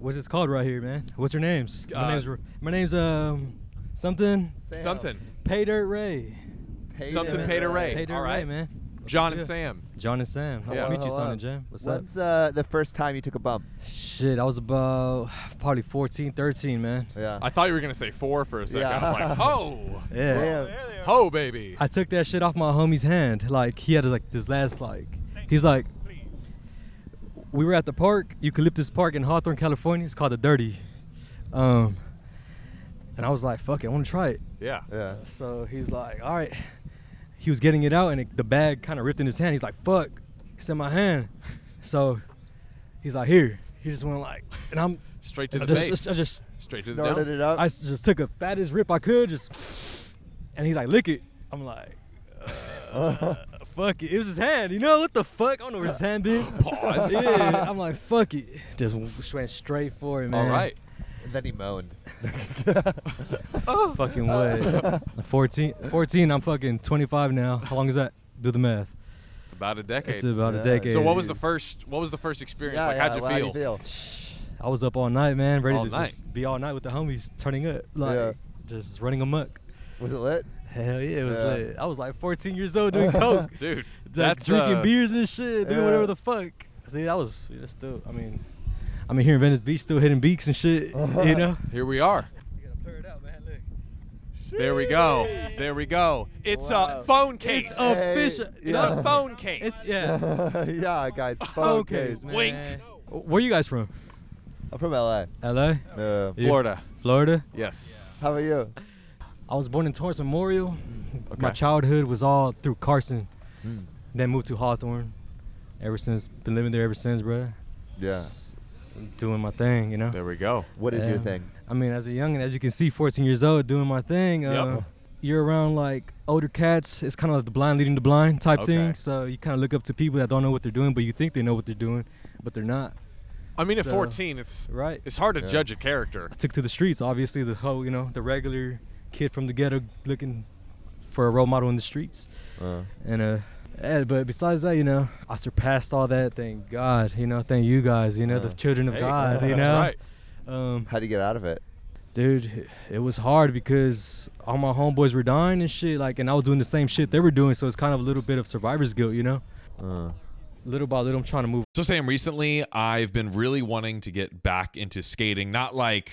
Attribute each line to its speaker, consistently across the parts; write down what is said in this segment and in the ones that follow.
Speaker 1: what's it called right here, man? What's your names?
Speaker 2: Uh,
Speaker 1: my name's R- my name's um something.
Speaker 3: Sam.
Speaker 2: Something.
Speaker 1: Pay dirt Ray.
Speaker 3: Pay
Speaker 2: Something
Speaker 3: them
Speaker 2: pay to
Speaker 3: back.
Speaker 2: Ray.
Speaker 1: Pay dirt
Speaker 2: all right.
Speaker 1: Ray, man. What's
Speaker 2: John
Speaker 1: the
Speaker 2: and
Speaker 1: deal?
Speaker 2: Sam.
Speaker 1: John and Sam. Nice
Speaker 2: Yeah.
Speaker 1: to meet you,
Speaker 3: Hello.
Speaker 1: son and Jam. What's up?
Speaker 3: When's uh, the the first time you took a bump?
Speaker 1: Shit, I was about probably 14, 13, man.
Speaker 3: Yeah.
Speaker 2: I thought you were gonna say four for a second. I was like, "Oh."
Speaker 3: Yeah.
Speaker 2: ho,
Speaker 1: Yeah.
Speaker 3: Damn.
Speaker 2: ho, baby.
Speaker 1: I took that shit off my homie's hand. Like he had his, like this last like he's like we were at the park, Eucalyptus Park in Hawthorne, California. It's called the Dirty. Um and I was like, fuck it, I wanna try it.
Speaker 2: yeah.
Speaker 3: Yeah.
Speaker 1: So he's like, all right. He was getting it out and it, the bag kind of ripped in his hand. He's like, fuck, it's in my hand. So he's like, here. He just went like, and I'm
Speaker 2: Straight to
Speaker 1: I
Speaker 2: the
Speaker 1: just-
Speaker 2: face.
Speaker 1: I just-
Speaker 2: straight to the
Speaker 3: Snorted
Speaker 2: down.
Speaker 3: it up.
Speaker 1: I s- just took a fattest rip I could, just, and he's like, lick it. I'm like, uh, fuck it. It was his hand, you know? What the fuck? I don't know where his hand been.
Speaker 2: Pause.
Speaker 1: yeah, I'm like, fuck it. Just w- went straight for it, man.
Speaker 2: All right.
Speaker 3: And then he moaned.
Speaker 2: Oh.
Speaker 1: Fucking what? 14, 14, I'm fucking 25 now. How long is that? Do the math.
Speaker 2: It's about a decade.
Speaker 1: It's about
Speaker 3: Yeah.
Speaker 1: a decade.
Speaker 2: so what was the first? What was the first experience?
Speaker 3: yeah,
Speaker 2: like,
Speaker 3: yeah,
Speaker 2: how'd you
Speaker 3: well,
Speaker 2: feel?
Speaker 3: How'd you feel?
Speaker 1: I was up all night, man, ready
Speaker 2: All
Speaker 1: to
Speaker 2: night.
Speaker 1: just be all night with the homies, turning up, like
Speaker 3: Yeah.
Speaker 1: just running amok.
Speaker 3: Was it lit?
Speaker 1: Hell yeah, it was
Speaker 3: Yeah.
Speaker 1: lit. I was like 14 years old doing coke,
Speaker 2: Dude,
Speaker 1: Like,
Speaker 2: that's,
Speaker 1: drinking
Speaker 2: uh,
Speaker 1: beers and shit, doing
Speaker 3: yeah.
Speaker 1: whatever the fuck. See, that was that's still. I mean, I mean here in Venice Beach, still hitting beaks and shit. You know.
Speaker 2: Here we are.
Speaker 1: You gotta blur it out, man. Look.
Speaker 2: There we go. There we go. It's
Speaker 3: Wow.
Speaker 2: a phone case.
Speaker 1: It's
Speaker 3: a-
Speaker 2: It's
Speaker 1: official.
Speaker 3: Hey,
Speaker 1: you
Speaker 3: yeah.
Speaker 1: know?
Speaker 2: a phone case.
Speaker 1: It's yeah.
Speaker 3: yeah, guys. Phone
Speaker 1: Okay,
Speaker 3: case.
Speaker 1: man.
Speaker 2: Wink.
Speaker 1: Where you guys from?
Speaker 3: I'm from LA.
Speaker 1: L.A.,
Speaker 3: Yeah.
Speaker 1: Yeah.
Speaker 2: Florida.
Speaker 1: Florida.
Speaker 2: Yes.
Speaker 3: How about you?
Speaker 1: I was born in Torrance Memorial. My
Speaker 2: Okay.
Speaker 1: childhood was all through Carson.
Speaker 3: Mm.
Speaker 1: Then moved to Hawthorne. Ever since, been living there ever since, bro.
Speaker 3: Yeah.
Speaker 1: Just Doing my thing, you know.
Speaker 2: There we go.
Speaker 3: What is your
Speaker 1: Yeah.
Speaker 3: thing?
Speaker 1: I mean, as a youngin, as you can see, 14 years old, doing my thing.
Speaker 2: Yep.
Speaker 1: Uh, You're around like older cats. It's kind of like the blind leading the blind type
Speaker 2: Okay.
Speaker 1: thing. So you kind of look up to people that don't know what they're doing, but you think they know what they're doing, but they're not.
Speaker 2: I mean, at
Speaker 1: So-
Speaker 2: 14, it's
Speaker 1: Right.
Speaker 2: it's hard to
Speaker 3: Yeah.
Speaker 2: judge a character.
Speaker 1: I took to the streets. Obviously, the whole, you know, the regular kid from the ghetto looking for a role model in the streets.
Speaker 3: Uh,
Speaker 1: And uh, eh, but besides that, you know, I surpassed all that. Thank God, you know, thank you guys, you know, the
Speaker 3: Yeah.
Speaker 1: children of
Speaker 2: Hey,
Speaker 1: God, you
Speaker 2: that's
Speaker 1: know.
Speaker 2: right.
Speaker 1: Um,
Speaker 3: how'd you get out of it?
Speaker 1: dude, it was hard because all my homeboys were dying and shit, like, and I was doing the same shit they were doing, so it's kind of a little bit of survivor's guilt, you know.
Speaker 3: Uh,
Speaker 1: Little by little, I'm trying to move
Speaker 4: So, Sam, recently I've been really wanting to get back into skating, not like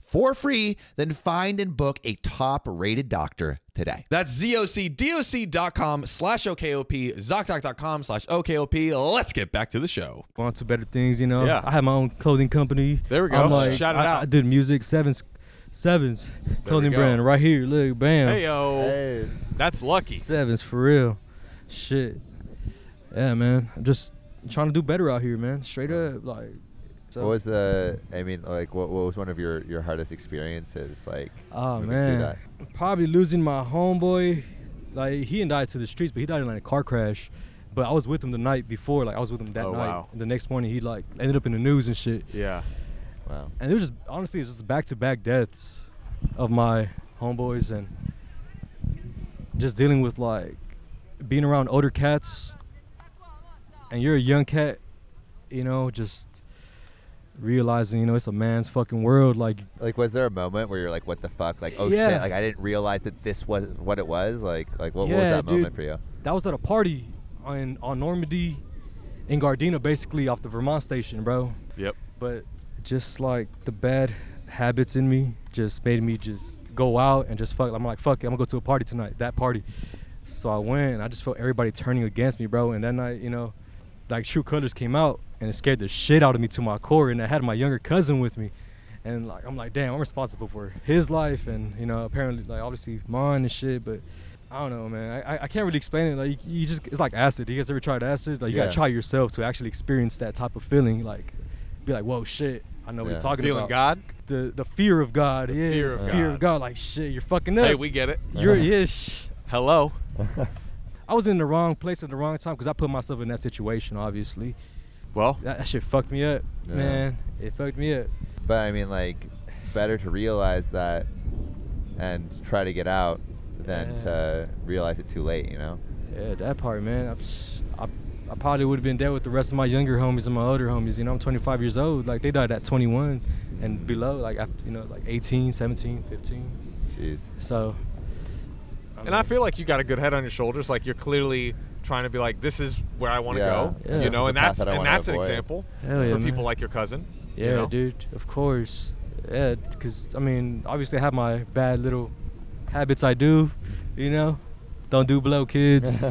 Speaker 5: for free. Then find and book a top rated doctor today.
Speaker 4: That's zocdoc.com slash OKOP, ZocDoc.com slash OKOP. Let's get back to the show.
Speaker 1: on to better things, you know.
Speaker 2: Yeah.
Speaker 1: I had my own clothing company.
Speaker 2: There we go.
Speaker 1: I'm like,
Speaker 2: Shout it
Speaker 1: I,
Speaker 2: out.
Speaker 1: I did music, Sevens, Sevens clothing
Speaker 2: go.
Speaker 1: brand right here. Look, bam.
Speaker 2: Hey yo.
Speaker 3: hey.
Speaker 2: That's lucky.
Speaker 1: Sevens for real. Shit. Yeah, man. I'm just trying to do better out here, man. Straight up, like. So,
Speaker 3: What was the? I mean, like, what, what was one of your your hardest experiences? Like,
Speaker 1: oh
Speaker 3: moving through
Speaker 1: man,
Speaker 3: that?
Speaker 1: probably losing my homeboy. Like he and died to the streets, but he died in like a car crash. But I was with him the night before. Like I was with him that
Speaker 2: Oh,
Speaker 1: night.
Speaker 2: wow.
Speaker 1: And the next morning, he like ended up in the news and shit.
Speaker 2: Yeah.
Speaker 3: Wow.
Speaker 1: and it was just honestly it's just back to back deaths of my homeboys and just dealing with like being around older cats and you're a young cat, you know, just realizing, you know, it's a man's fucking world. Like,
Speaker 3: Like, was there a moment where you're like, "What the fuck?" Like, oh
Speaker 1: Yeah.
Speaker 3: shit! Like, I didn't realize that this was what it was. Like, like what, what was
Speaker 1: Yeah,
Speaker 3: that moment
Speaker 1: dude.
Speaker 3: for you?
Speaker 1: that was at a party on on Normandy in Gardena, basically off the Vermont station, bro.
Speaker 2: Yep.
Speaker 1: But just like the bad habits in me just made me just go out and just fuck. I'm like, fuck it, I'm gonna go to a party tonight, that party. So I went and I just felt everybody turning against me, bro. And that night, you know, like True Colors came out and it scared the shit out of me to my core. And I had my younger cousin with me. And like I'm like, damn, I'm responsible for his life and you know, apparently like obviously mine and shit, but I don't know, man. I, I- I can't really explain it. Like you just, it's like acid. You guys ever tried acid? Like you
Speaker 3: Yeah.
Speaker 1: gotta try yourself to actually experience that type of feeling. Like, be like, whoa, shit. I know what
Speaker 3: Yeah.
Speaker 1: he's talking
Speaker 2: Feeling
Speaker 1: about.
Speaker 2: God.
Speaker 1: The the fear of God. yeah.
Speaker 2: fear of
Speaker 1: fear
Speaker 2: God.
Speaker 1: of God. Like shit, you're fucking up.
Speaker 2: Hey, we get it. Uh-huh.
Speaker 1: You're ish.
Speaker 2: Hello.
Speaker 1: I was in the wrong place at the wrong time because I put myself in that situation. Obviously,
Speaker 2: Well,
Speaker 1: that, that shit fucked me up,
Speaker 3: Yeah.
Speaker 1: man. It fucked me up.
Speaker 3: But I mean, like, better to realize that and try to get out than
Speaker 1: Yeah.
Speaker 3: to realize it too late. You know?
Speaker 1: Yeah, that part, man. I'm s- I, I probably would have been dead with the rest of my younger homies and my older homies. You know, I'm 25 years old. Like, they died at 21 and below, like, after, you know, like 18, 17, 15.
Speaker 3: Jeez.
Speaker 1: So.
Speaker 2: and I feel like you got a good head on your shoulders. Like you're clearly trying to be like, this is where I want to
Speaker 3: Yeah.
Speaker 2: go.
Speaker 1: Yeah.
Speaker 2: You
Speaker 1: This
Speaker 2: know,
Speaker 3: is
Speaker 2: and
Speaker 3: the path
Speaker 2: that's
Speaker 3: that I
Speaker 2: and
Speaker 3: wanna
Speaker 2: that's an
Speaker 3: avoid.
Speaker 2: example
Speaker 1: Hell yeah,
Speaker 2: for people
Speaker 1: man.
Speaker 2: like your cousin. you
Speaker 1: Yeah,
Speaker 2: know?
Speaker 1: dude, of course. Yeah, because, I mean, obviously, I have my bad little habits I do, you know? Don't do blow, kids.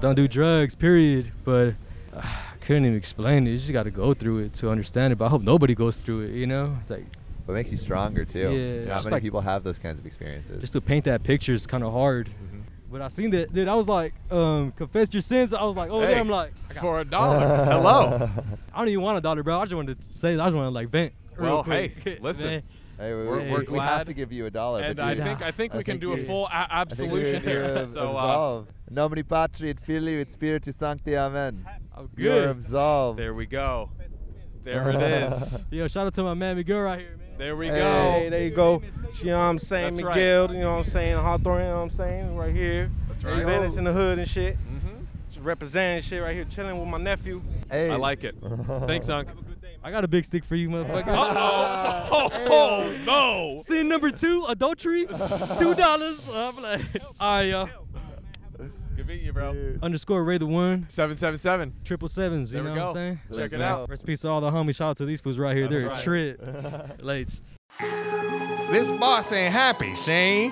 Speaker 1: Don't do drugs, period. But ah, I couldn't even explain it. You just got to go through it to understand it. But I hope nobody goes through it, you know? It's like,
Speaker 3: But it makes you stronger too.
Speaker 1: Yeah,
Speaker 3: Not
Speaker 1: just
Speaker 3: many
Speaker 1: like-
Speaker 3: people have those kinds of experiences.
Speaker 1: just to paint that picture is kind of hard.
Speaker 2: Mm-hmm.
Speaker 1: But I seen that, dude. I was like, um, confess your sins. I was like, oh,
Speaker 2: Hey,
Speaker 1: there. I'm like, I, got-
Speaker 2: for a dollar. Hello.
Speaker 1: I don't even want a dollar, bro. I just wanted to say, that. I just want to like vent. real
Speaker 2: Well,
Speaker 1: quick.
Speaker 2: hey, listen.
Speaker 1: Man.
Speaker 3: Hey, we,
Speaker 2: We're-
Speaker 3: we-
Speaker 2: we're
Speaker 3: we have
Speaker 2: glad.
Speaker 3: to give you a dollar.
Speaker 2: And
Speaker 3: but
Speaker 2: I
Speaker 3: dude,
Speaker 2: think I think
Speaker 3: I
Speaker 2: we can
Speaker 3: think
Speaker 2: do a
Speaker 3: you-
Speaker 2: full a-
Speaker 3: I think we're
Speaker 2: absolution
Speaker 3: here
Speaker 2: here.
Speaker 3: ab-
Speaker 2: So uh,
Speaker 3: absolved. Nomini patri et filii et spiritu sancti amen.
Speaker 1: I'm
Speaker 3: You're
Speaker 1: good.
Speaker 3: absolved.
Speaker 2: there we go. There it is.
Speaker 1: Yo, shout out to my man Miguel right here, man.
Speaker 2: There we
Speaker 6: Hey,
Speaker 2: go.
Speaker 6: there you go. You know what I'm saying?
Speaker 2: That's right.
Speaker 6: Miguel, you know what I'm saying? Hawthorne, you know what I'm saying? Right here. That's
Speaker 2: right. Mm-hmm.
Speaker 6: in the hood and shit. Just representing shit right here, chilling with my nephew.
Speaker 3: Hey.
Speaker 2: I like it. Thanks, Unc.
Speaker 1: I got a big stick for you, motherfucker.
Speaker 2: Uh-oh. Oh, oh, no.
Speaker 1: Sin number two, adultery, two dollars. I'm like, all right, y'all.
Speaker 2: Good meeting you, bro.
Speaker 1: Underscore Ray the one,
Speaker 2: Seven seven seven.
Speaker 1: triple sevens. You
Speaker 2: There
Speaker 1: know
Speaker 2: we
Speaker 1: what
Speaker 2: go.
Speaker 1: I'm saying?
Speaker 2: Check it
Speaker 3: go.
Speaker 2: out.
Speaker 1: Rest in peace to all the homies. Shout out to these fools right here. They're
Speaker 2: right.
Speaker 1: a trip. Lates.
Speaker 2: This boss ain't happy, Shane.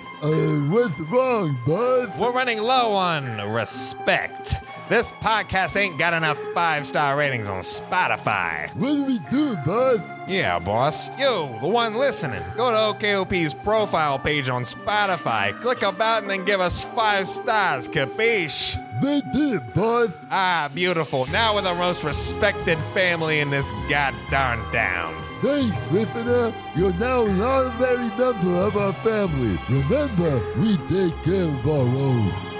Speaker 5: what's wrong, bud?
Speaker 2: We're running low on respect. This podcast ain't got enough five star ratings on Spotify.
Speaker 5: What do we do, bud?
Speaker 2: Yeah, boss. Yo, the one listening. Go to OKOP's profile page on Spotify, click about, and then give us five stars, capiche?
Speaker 5: They did, bud.
Speaker 2: Ah, beautiful. Now we're the most respected family in this goddamn town.
Speaker 5: Thanks, listener. You're now an honorary member of our family. Remember, we take care of our own.